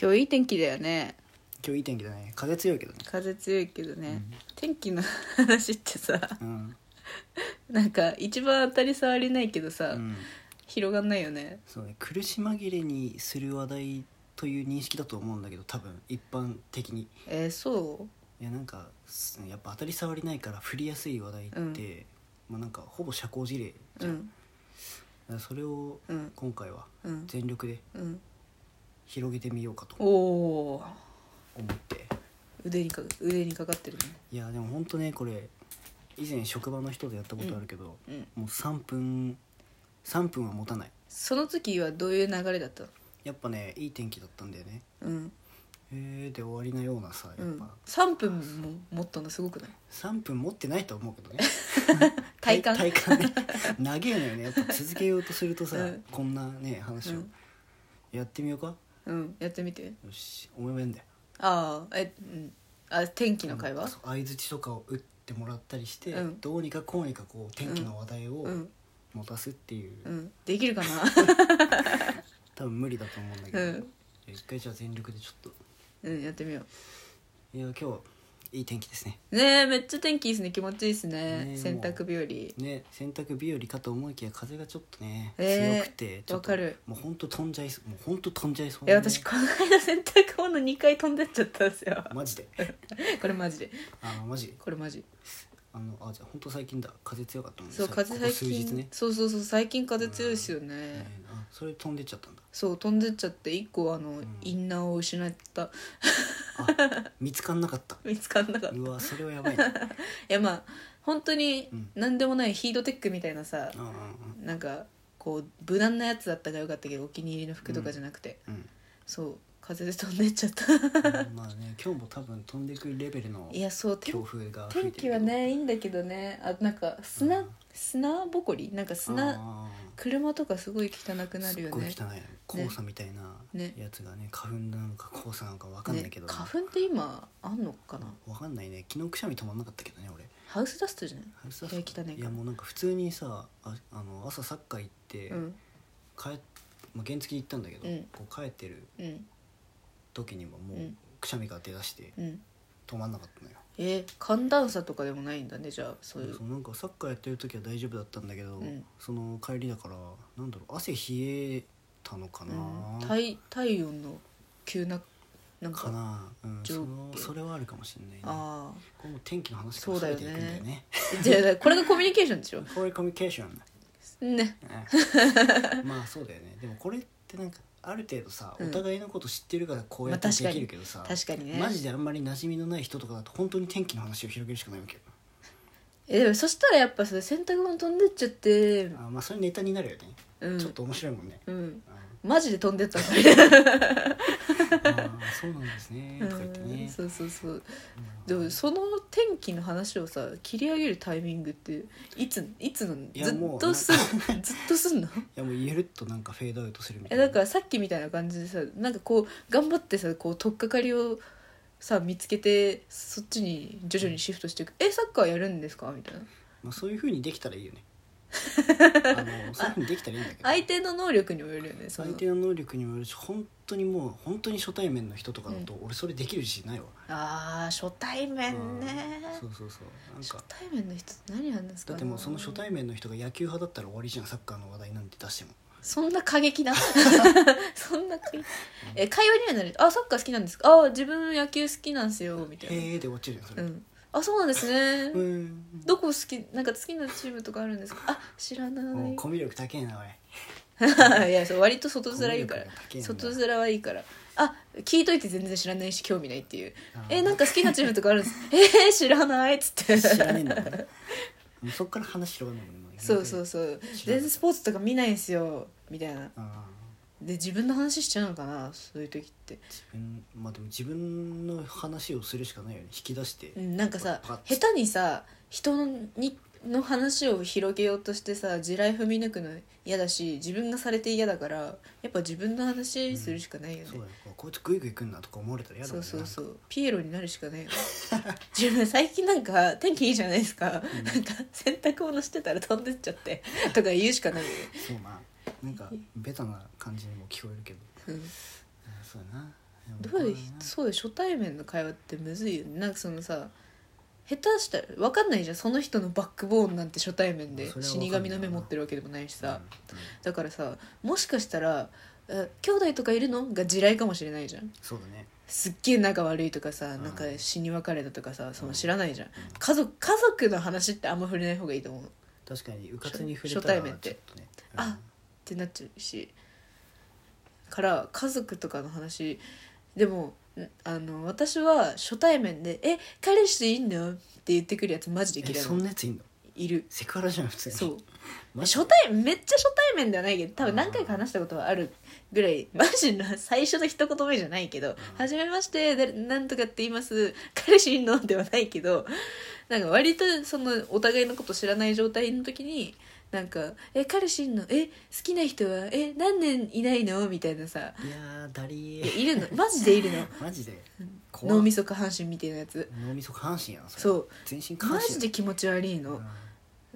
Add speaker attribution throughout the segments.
Speaker 1: 今日いい天気だよね
Speaker 2: 今日いい天気だね風強いけどね
Speaker 1: 風強いけどね、天気の話ってさ
Speaker 2: うん、
Speaker 1: なんか一番当たり障りないけどさ、
Speaker 2: うん、
Speaker 1: 広がんないよね
Speaker 2: そうね苦し紛れにする話題という認識だと思うんだけど多分一般的に
Speaker 1: えー、そ
Speaker 2: いやなんかすやっぱ当たり障りないから振りやすい話題って、まあなんかほぼ社交辞令
Speaker 1: ううん
Speaker 2: だからそれを
Speaker 1: うん
Speaker 2: 今回は
Speaker 1: うん
Speaker 2: 全力で
Speaker 1: うん
Speaker 2: 広げてみようかと
Speaker 1: おお
Speaker 2: 思って
Speaker 1: 腕にか腕にかかってる
Speaker 2: いやでもほんとねこれ以前職場の人とやったことあるけど、
Speaker 1: ねうん
Speaker 2: もう3分3分は持たない
Speaker 1: その時はどういう流れだったの
Speaker 2: やっぱねいい天気だったんだよね
Speaker 1: うん、
Speaker 2: へえで終わりなようなさやっ
Speaker 1: う
Speaker 2: ぱ、
Speaker 1: ん、3分も持ったのすごくない
Speaker 2: 3分持ってないと思うけどね
Speaker 1: 体感
Speaker 2: 体感ね長えのよねやっぱ続けようとするとさ、
Speaker 1: うん
Speaker 2: こんなね話
Speaker 1: う
Speaker 2: を、
Speaker 1: ん
Speaker 2: やってみようか
Speaker 1: うんやってみて
Speaker 2: よしおめめんだよ
Speaker 1: ああえうんあ天気の会話
Speaker 2: そう相づちとかを打ってもらったりして、
Speaker 1: うん
Speaker 2: どうにかこうにかこう天気の話題を
Speaker 1: うん
Speaker 2: 持たすっていう、
Speaker 1: うんできるかな
Speaker 2: 多分無理だと思うんだけど、
Speaker 1: うん
Speaker 2: いや一回じゃあ全力でちょっ
Speaker 1: うんやってみよ
Speaker 2: といや今日はいい天気ですね
Speaker 1: うねえめっちゃ天気いいですね気持ちいいですね
Speaker 2: ねえ
Speaker 1: 洗濯日
Speaker 2: ね洗濯日和かと思いきや風がちょっとね、
Speaker 1: えー
Speaker 2: 強くてちょっと
Speaker 1: わかる
Speaker 2: もうほんと飛んじゃいそうもうほんと飛んじゃいそう
Speaker 1: 和
Speaker 2: ない
Speaker 1: や私この間洗濯物2回飛んでっちゃったんですよ
Speaker 2: マジで
Speaker 1: これマジで
Speaker 2: あマジ
Speaker 1: これマジ
Speaker 2: あのあじゃあ本当最近だ風強かったもんね
Speaker 1: そう
Speaker 2: さ
Speaker 1: 風
Speaker 2: ここ
Speaker 1: 最
Speaker 2: 数
Speaker 1: 近
Speaker 2: 日ね、
Speaker 1: そうそうそう最近風強いですよね、
Speaker 2: えーあそれ飛んでっちゃったんだ
Speaker 1: そう飛んでっちゃって一個あの、
Speaker 2: ん
Speaker 1: インナーを失った
Speaker 2: あ 見つかんなかった
Speaker 1: 見つかんなかったいう
Speaker 2: わそれはやばい な、
Speaker 1: やまあ本当に
Speaker 2: うん
Speaker 1: 何でもないヒートテックみたいなさ
Speaker 2: うんうん
Speaker 1: なんかこう無難なやつだったからよかったけどお気に入りの服とかじゃなくて、
Speaker 2: うん
Speaker 1: そう風で飛んでっちゃった
Speaker 2: うん、まあね今日も多分飛んでくレベルの
Speaker 1: いやそう天
Speaker 2: 強風が吹い
Speaker 1: 天
Speaker 2: てる
Speaker 1: 気はねいいんだけどねあなんか砂、
Speaker 2: うん
Speaker 1: 砂ぼこりなんか砂
Speaker 2: あ
Speaker 1: 車とかすごい汚く
Speaker 2: ー
Speaker 1: なる
Speaker 2: すっ
Speaker 1: よ
Speaker 2: ごい
Speaker 1: ね
Speaker 2: 汚い黄砂みたいな
Speaker 1: ね
Speaker 2: やつがね花粉なのか黄砂なのかわかんな
Speaker 1: ね
Speaker 2: いけど、ね、
Speaker 1: 花粉って今あんのかな
Speaker 2: わかんないね昨日くしゃみ止まんなかったけどね俺
Speaker 1: ハウスダストじゃない
Speaker 2: あれさ
Speaker 1: 部屋汚いから
Speaker 2: いやもうなんか普通にさああの朝サッカー行って、
Speaker 1: うん
Speaker 2: 帰っまあ、原付で行ったんだけど、
Speaker 1: うん
Speaker 2: こう帰ってる
Speaker 1: うん
Speaker 2: 時にはもう、
Speaker 1: うん
Speaker 2: くしゃみが出だして
Speaker 1: うん
Speaker 2: 止まんなかったのよ、
Speaker 1: えー寒暖差とかでもないんだねじゃあそういう
Speaker 2: そうなんかサッカーやってる時は大丈夫だったんだけど、
Speaker 1: うん
Speaker 2: その帰りだからなんだろう汗冷えたのかな、
Speaker 1: うん、体体温の急ななんか
Speaker 2: かな、うん、
Speaker 1: 上
Speaker 2: そ
Speaker 1: 下
Speaker 2: のそれはあるかもしれないね
Speaker 1: あ
Speaker 2: この天気の話かられていくんだよ
Speaker 1: そうだよ
Speaker 2: ね
Speaker 1: あじゃあこれがコミュニケーションでしょ
Speaker 2: こういうコミュニケーション
Speaker 1: ね
Speaker 2: ねまあそうだよねでもこれってなんかある程度さ、
Speaker 1: うん
Speaker 2: お互いのこと知ってるからこうやって
Speaker 1: ま
Speaker 2: で
Speaker 1: あ確かに
Speaker 2: きるけどさ、
Speaker 1: 確かにね
Speaker 2: マジであんまり馴染みのない人とかだと本当に天気の話を広げるしかないわけよ
Speaker 1: えでもそしたらやっぱそれ洗濯物飛んでっちゃって
Speaker 2: あまあそれネタになるよね、
Speaker 1: うん
Speaker 2: ちょっと面白いもんね、
Speaker 1: うん
Speaker 2: あ
Speaker 1: マジで飛んでったそれ
Speaker 2: ーあーそうなんですねとか言って
Speaker 1: うん
Speaker 2: ね
Speaker 1: そうそうそう
Speaker 2: う
Speaker 1: で
Speaker 2: ん
Speaker 1: もその天気の話をさ切り上げるタイミングっていついつの
Speaker 2: や
Speaker 1: ず
Speaker 2: も
Speaker 1: っ
Speaker 2: う
Speaker 1: とすんずっとすんの
Speaker 2: いやもうゆるっとなんかフェードアウトするみた
Speaker 1: え
Speaker 2: いな
Speaker 1: だからさっきみたいな感じでさなんかこう頑張ってさこう取っかかりをさ見つけてそっちに徐々にシフトしていく「えサッカーやるんですか?」みたいな
Speaker 2: まあ、そういうふうにできたらいい よねあのそういうふうにできたらいいんだけど
Speaker 1: 相手の能力にもよるよねその
Speaker 2: 相手の能力にもよるし本当にもう本当に初対面の人とかだと、俺それできる自信ないわ
Speaker 1: あー初対面ね
Speaker 2: うんそうそうそうなん
Speaker 1: 初
Speaker 2: か
Speaker 1: 対面の人って何なんですか
Speaker 2: だっ
Speaker 1: ね
Speaker 2: てもうその初対面の人が野球派だったら終わりじゃんサッカーの話題なんて出しても
Speaker 1: そんな過激 なそんな過激え会話にはなるあサッカー好きなんですかあ自分野球好きなんですよみたいな
Speaker 2: へえで終わっちゃうじゃんそれ
Speaker 1: うんあそうなんですね
Speaker 2: うん
Speaker 1: どこ好きなんか好きなチームとかあるんですかあ知らな
Speaker 2: もう
Speaker 1: い
Speaker 2: コミュ力高えな俺
Speaker 1: いやそう割と外面いいから
Speaker 2: コミュ力が高
Speaker 1: 外
Speaker 2: いんだ
Speaker 1: 面はいいからあ聞いといて全然知らないし興味ないっていう
Speaker 2: あー
Speaker 1: えなんか好きなチームとかあるん ですえー、知らないっつって
Speaker 2: 知らねえんだもん なもうそっから話広がるのもんねも
Speaker 1: そうそううそう
Speaker 2: 知らない
Speaker 1: 全然スポーツとか見ないんすよみたいな
Speaker 2: あ
Speaker 1: で自分の話しちゃうのかなそういう時って
Speaker 2: ー自分まあでも自分の話をするしかないよね引き出して、
Speaker 1: うんなんかさ
Speaker 2: パッ
Speaker 1: 下手にさ人のにの話を広げようとしてさ地雷踏み抜くの嫌だし自分がされて嫌だからやっぱ自分の話するしかないよね、
Speaker 2: そうだよこいつグイグイ来んなとか思われたら嫌だ
Speaker 1: そ
Speaker 2: もん
Speaker 1: う
Speaker 2: ね
Speaker 1: そうそうピエロになるしかないよね 自分最近なんか天気いいじゃないですか、なんか洗濯物してたら飛んでっちゃってとか言うしかないよね、
Speaker 2: そうななんかベタな感じにも聞こえるけど
Speaker 1: うん
Speaker 2: うんそうやな
Speaker 1: どういうそうよ初対面の会話ってむずいよねなんかそのさ下手したら分かんないじゃんその人のバックボーンなんて初対面で
Speaker 2: それは分かんない
Speaker 1: 死神の目持ってるわけでもないし
Speaker 2: うん
Speaker 1: さ、だからさもしかしたら「え兄弟とかいるの?」が地雷かもしれないじゃん
Speaker 2: そうだね
Speaker 1: すっげえ仲悪いとかさ
Speaker 2: ん
Speaker 1: なんか死に別れたとかさその知らないじゃん
Speaker 2: ん
Speaker 1: 家族家族の話ってあんま触れない方がいいと思うっ
Speaker 2: 確かにうかつに触れたら
Speaker 1: 初対面って
Speaker 2: ちょとね
Speaker 1: あてなっちゃうしから家族とかの話でもんあの私は初対面で「え彼氏でいいの?」って言ってくるやつマジで
Speaker 2: え
Speaker 1: 嫌い
Speaker 2: そ
Speaker 1: なんの
Speaker 2: なやついんの
Speaker 1: いる
Speaker 2: セクハラじゃん普通に
Speaker 1: そう
Speaker 2: マジで
Speaker 1: 初対めっちゃ初対面ではないけど多分何回か話したことはあるぐらいマジの最初の一言目じゃないけど「初めましてだなんとかって言います彼氏いんの?」ではないけどなんか割とそのお互いのこと知らない状態の時になんか「え彼氏いんのえ好きな人はえ何年いないの?」みたいなさ
Speaker 2: いやーだり
Speaker 1: いや
Speaker 2: ー
Speaker 1: い るのマジでいるの
Speaker 2: マジで怖っ
Speaker 1: 脳みそ下半身みたいなやつ
Speaker 2: 脳みそ下半身やなれ
Speaker 1: そう
Speaker 2: 全身下半
Speaker 1: マ
Speaker 2: 身
Speaker 1: ジで気持ち悪いの、
Speaker 2: うん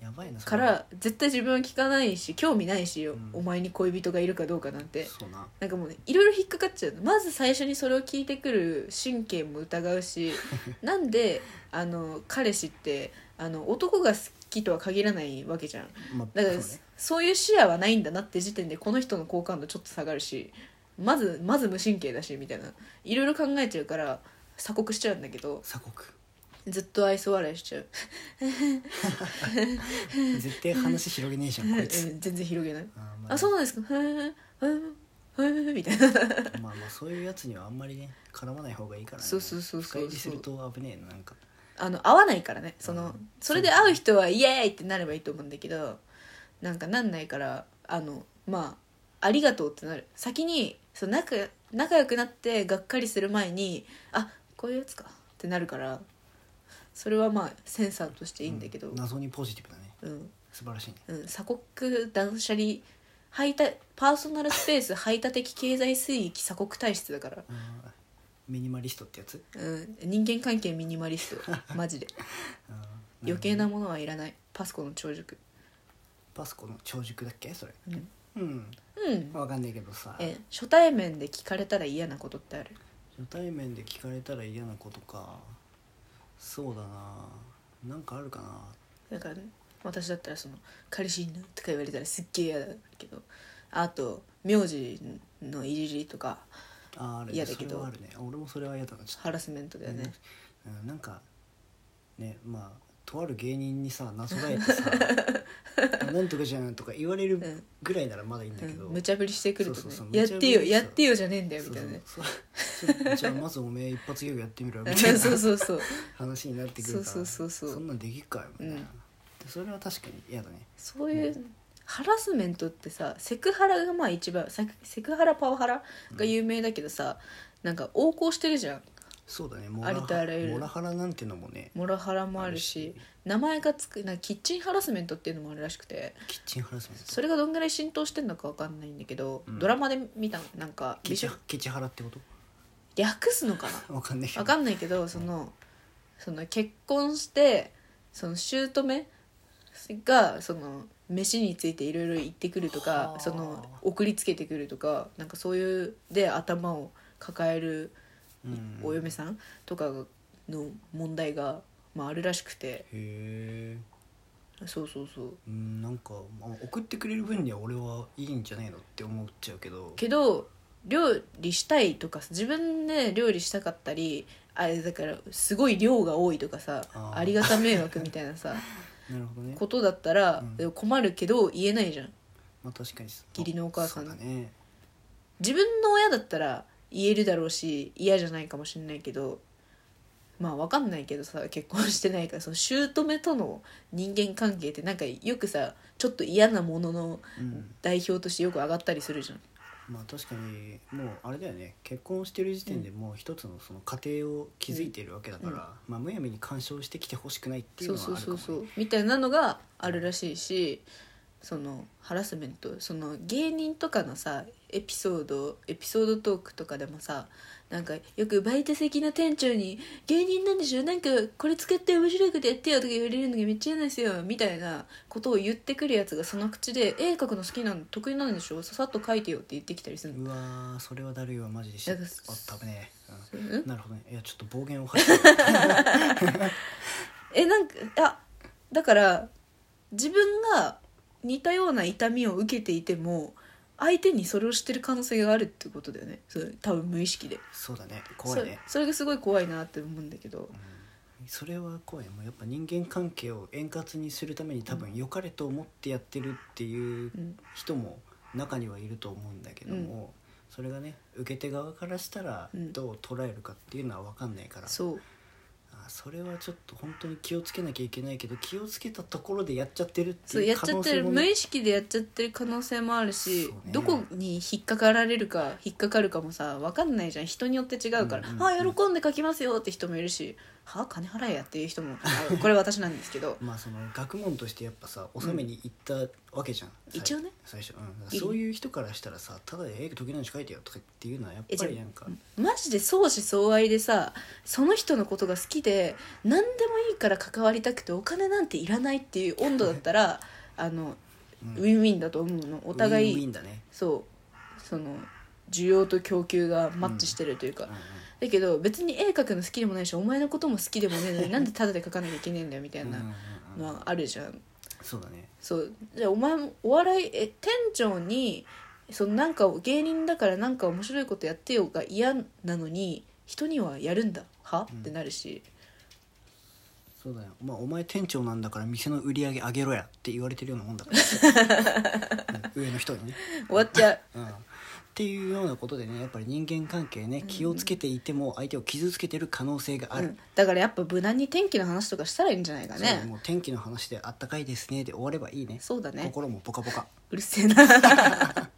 Speaker 2: やばいなそ
Speaker 1: か
Speaker 2: れ
Speaker 1: ら絶対自分は聞かないし興味ないしよ、
Speaker 2: うん
Speaker 1: お前に恋人がいるかどうかなんて
Speaker 2: そうな
Speaker 1: なんかもうねいろいろ引っかかっちゃうのまず最初にそれを聞いてくる神経も疑う しなんであの彼氏ってあの男が好きとは限らないわけじゃん
Speaker 2: まあ
Speaker 1: だから
Speaker 2: そうね
Speaker 1: そういう視野はないんだなって時点でこの人の好感度ちょっと下がるしまずまず無神経だしみたいないろいろ考えちゃうから鎖国しちゃうんだけど
Speaker 2: 鎖国
Speaker 1: ずっと愛想笑いしちゃう
Speaker 2: 絶対話広げねえじ ゃ
Speaker 1: うん
Speaker 2: こいつ
Speaker 1: ん全然広げない
Speaker 2: あーま
Speaker 1: あそうなんですかへえへえへえみたいな
Speaker 2: まあまあそういうやつにはあんまりね絡まない方がいいからね
Speaker 1: そうそうそうそう
Speaker 2: 深入りすると危ねえななんか
Speaker 1: あの合わないからねその、
Speaker 2: うん
Speaker 1: それで会う人はイエーイってなればいいと思うんだけどなんかなんないからあのまあありがとうってなる先にそう仲仲良くなってがっかりする前にあこういうやつかってなるからそれはまあセンサーとしていいんだけど
Speaker 2: う謎にポジティブだね
Speaker 1: うん、
Speaker 2: 素晴らしいね
Speaker 1: うん、鎖国断捨離排他パーソナルスペース排他的経済水域鎖国体質だから、
Speaker 2: あーミニマリストってやつ
Speaker 1: うん、人間関係ミニマリストマジ で
Speaker 2: あーる
Speaker 1: 余
Speaker 2: ほど
Speaker 1: 計なものはいらないパスコの長熟
Speaker 2: パスコの長熟だっけそれ
Speaker 1: うん
Speaker 2: うん
Speaker 1: うん
Speaker 2: わかんないけどさ
Speaker 1: え初対面で聞かれたら嫌なことってある
Speaker 2: 初対面で聞かれたら嫌なことかそうだななんかあるか
Speaker 1: だ
Speaker 2: な
Speaker 1: から、ね、私だったらその「彼氏いんの?」とか言われたらすっげえ嫌だけどあと名字のいじりとか
Speaker 2: あーあるね
Speaker 1: 嫌だけど
Speaker 2: それはあるね俺もそれは嫌だなちょっ
Speaker 1: ハラスメントだよね、
Speaker 2: と、うん、なんかねまあとある芸人にさなぞらえて さ「なんとかじゃん」とか言われる
Speaker 1: うん
Speaker 2: ぐらいならまだいいんだ
Speaker 1: う
Speaker 2: けど、
Speaker 1: ん、無茶ぶりしてくると
Speaker 2: そうそうそう
Speaker 1: ねやってよ
Speaker 2: 無茶ぶり
Speaker 1: やってよじゃねえんだよ
Speaker 2: そ
Speaker 1: み
Speaker 2: う
Speaker 1: たいなね
Speaker 2: そうそうじゃあまずおめえ一発ギャグやっ てみろよみたいな
Speaker 1: そうそうそう
Speaker 2: 話になってくるから
Speaker 1: そうそうそうそうん
Speaker 2: なんできっかよみたいな、
Speaker 1: うん
Speaker 2: でそれは確かに嫌だね
Speaker 1: そういうハラスメントってさセクハラがまあ一番セクセクハラパワハラが有名だけどさ、なんか横行してるじゃん
Speaker 2: そうだねモ
Speaker 1: あ
Speaker 2: ラ
Speaker 1: りとあらゆる
Speaker 2: モラハラなんてのもね
Speaker 1: モラハラもあるし
Speaker 2: あるし
Speaker 1: 名前がつくなんかキッチンハラスメントっていうのもあるらしくて
Speaker 2: キッチンハラスメント
Speaker 1: それがどんぐらい浸透してんのかわかんないんだけど、
Speaker 2: うん
Speaker 1: ドラマで見たのなんか
Speaker 2: ケチ
Speaker 1: 美
Speaker 2: ケチハラってこと
Speaker 1: 食略すのか な
Speaker 2: わかんないけど
Speaker 1: わかんないけどそのその結婚してその姑がその飯についていろいろ言ってくると
Speaker 2: は
Speaker 1: か
Speaker 2: あ
Speaker 1: その送りつけてくるとかなんかそういうで頭を抱える
Speaker 2: うん
Speaker 1: お嫁
Speaker 2: へ
Speaker 1: さんとかの問題が、まあ、あるらしくて
Speaker 2: え
Speaker 1: そうそうそう
Speaker 2: うんなんか、まあ、送ってくれる分には俺はいいんじゃないのって思っちゃうけど
Speaker 1: けど料理したいとかさ自分で料理したかったりあれだからすごい量が多いとかさ
Speaker 2: あ
Speaker 1: あ
Speaker 2: ー
Speaker 1: りがた迷惑みたいな さ
Speaker 2: なるほどね
Speaker 1: ことだったら
Speaker 2: うん
Speaker 1: 困るけど言えないじゃん
Speaker 2: まあ確かにそう
Speaker 1: 義理のお母さん
Speaker 2: そうだね
Speaker 1: 自分の親だったら言えるだろうし嫌じゃないかもしれないけどまあ分かんないけどさ結婚してないからその姑との人間関係ってなんかよくさちょっと嫌なものの
Speaker 2: うん
Speaker 1: 代表としてよく上がったりするじゃん。
Speaker 2: まあ確かにもうあれだよね結婚してる時点でもう一つのその家庭を築いているわけだから、
Speaker 1: うん
Speaker 2: まあむやみに干渉してきてほしくないっていう
Speaker 1: そう
Speaker 2: のはあ
Speaker 1: そ
Speaker 2: る
Speaker 1: う
Speaker 2: かも、ね、
Speaker 1: そうそうみたいなのがあるらしいしそのハラスメントその芸人とかのさエピソードエピソードトークとかでもさなんかよくバイト先の店長に「芸人なんでしょなんかこれ使って面白いことやってよ」とか言われるのがめっちゃ嫌なんですよみたいなことを言ってくるやつがその口で「絵描くの好きなの得意なんでしょささっと描いてよ」って言ってきたりするの
Speaker 2: うわーそれはだるいわマジでしあ
Speaker 1: だから
Speaker 2: ったぶねえ、
Speaker 1: う
Speaker 2: うんん、なるほどねいやちょっと暴言 を吐いた
Speaker 1: えなんかあだから自分が似たような痛みを受けていても相手にそれを知ってる可能性があるってことだよねそれ多分無意識で
Speaker 2: そうだね怖いね
Speaker 1: そそれがすごい怖いなって思うんだけど
Speaker 2: それは怖いもうやっぱ人間関係を円滑にするために多分良かれと思ってやってるっていう
Speaker 1: うん
Speaker 2: 人も中にはいると思うんだけども、それがね受け手側からしたら
Speaker 1: うん
Speaker 2: どう捉えるかっていうのは分かんないから、
Speaker 1: そう
Speaker 2: あそれはちょっと本当に気をつけなきゃいけないけど気をつけたところでやっちゃってるって
Speaker 1: そう
Speaker 2: い
Speaker 1: や
Speaker 2: う
Speaker 1: っ
Speaker 2: 可
Speaker 1: ちゃ
Speaker 2: 能
Speaker 1: って
Speaker 2: 性
Speaker 1: る
Speaker 2: も
Speaker 1: 無
Speaker 2: ね
Speaker 1: 意識でやっちゃってる可能性もあるし、
Speaker 2: そうね
Speaker 1: どこに引っかかられるか引っかかるかもさ分かんないじゃん人によって違うから「
Speaker 2: うんうんうん
Speaker 1: あ喜んで書きますよ」って人もいるし「はあ金払えや」っていう人もあのこれ私なんですけど
Speaker 2: まあその学問としてやっぱさ納めに行ったわけじゃん、最
Speaker 1: 一応ね
Speaker 2: 最初、
Speaker 1: ギ
Speaker 2: うん、
Speaker 1: リ
Speaker 2: そういう人からしたらさただで「え時々書いてよ」とかっていうのはやっぱりなんか
Speaker 1: マジで相思相愛でさその人のことが好きで何でもいいから関わりたくてお金なんていらないっていう温度だったらあの
Speaker 2: うん
Speaker 1: ウィンウィンだと思うのお互い
Speaker 2: ウィンウィンだね、
Speaker 1: そうその需要と供給がマッチしてるというか、
Speaker 2: うんうん
Speaker 1: だけど別に絵描くの好きでもないしお前のことも好きでもねえのになんでタダで描かなきゃいけねえんだよみたい
Speaker 2: うん
Speaker 1: な
Speaker 2: うん
Speaker 1: の
Speaker 2: うん
Speaker 1: はあるじゃん
Speaker 2: そうだね
Speaker 1: そうじゃあお前もお笑いえ店長にそのなんかを芸人だからなんか面白いことやってよが嫌なのに人にはやるんだは
Speaker 2: うん
Speaker 1: ってなるし、
Speaker 2: そうだよ、まあ、お前店長なんだから店の売り上げ上げろやって言われてるようなもんだから、 うん上の人にね、
Speaker 1: 終わっちゃう
Speaker 2: うん、っていうようなことでねやっぱり人間関係ね気をつけていても相手を傷つけてる可能性があ
Speaker 1: う
Speaker 2: る、
Speaker 1: ん、だからやっぱ無難に天気の話とかしたらいいんじゃないか
Speaker 2: そう
Speaker 1: ね
Speaker 2: もう天気の話で「あったかいですね」で終わればいいね
Speaker 1: そうだね
Speaker 2: 心もポカポカ
Speaker 1: うるせえな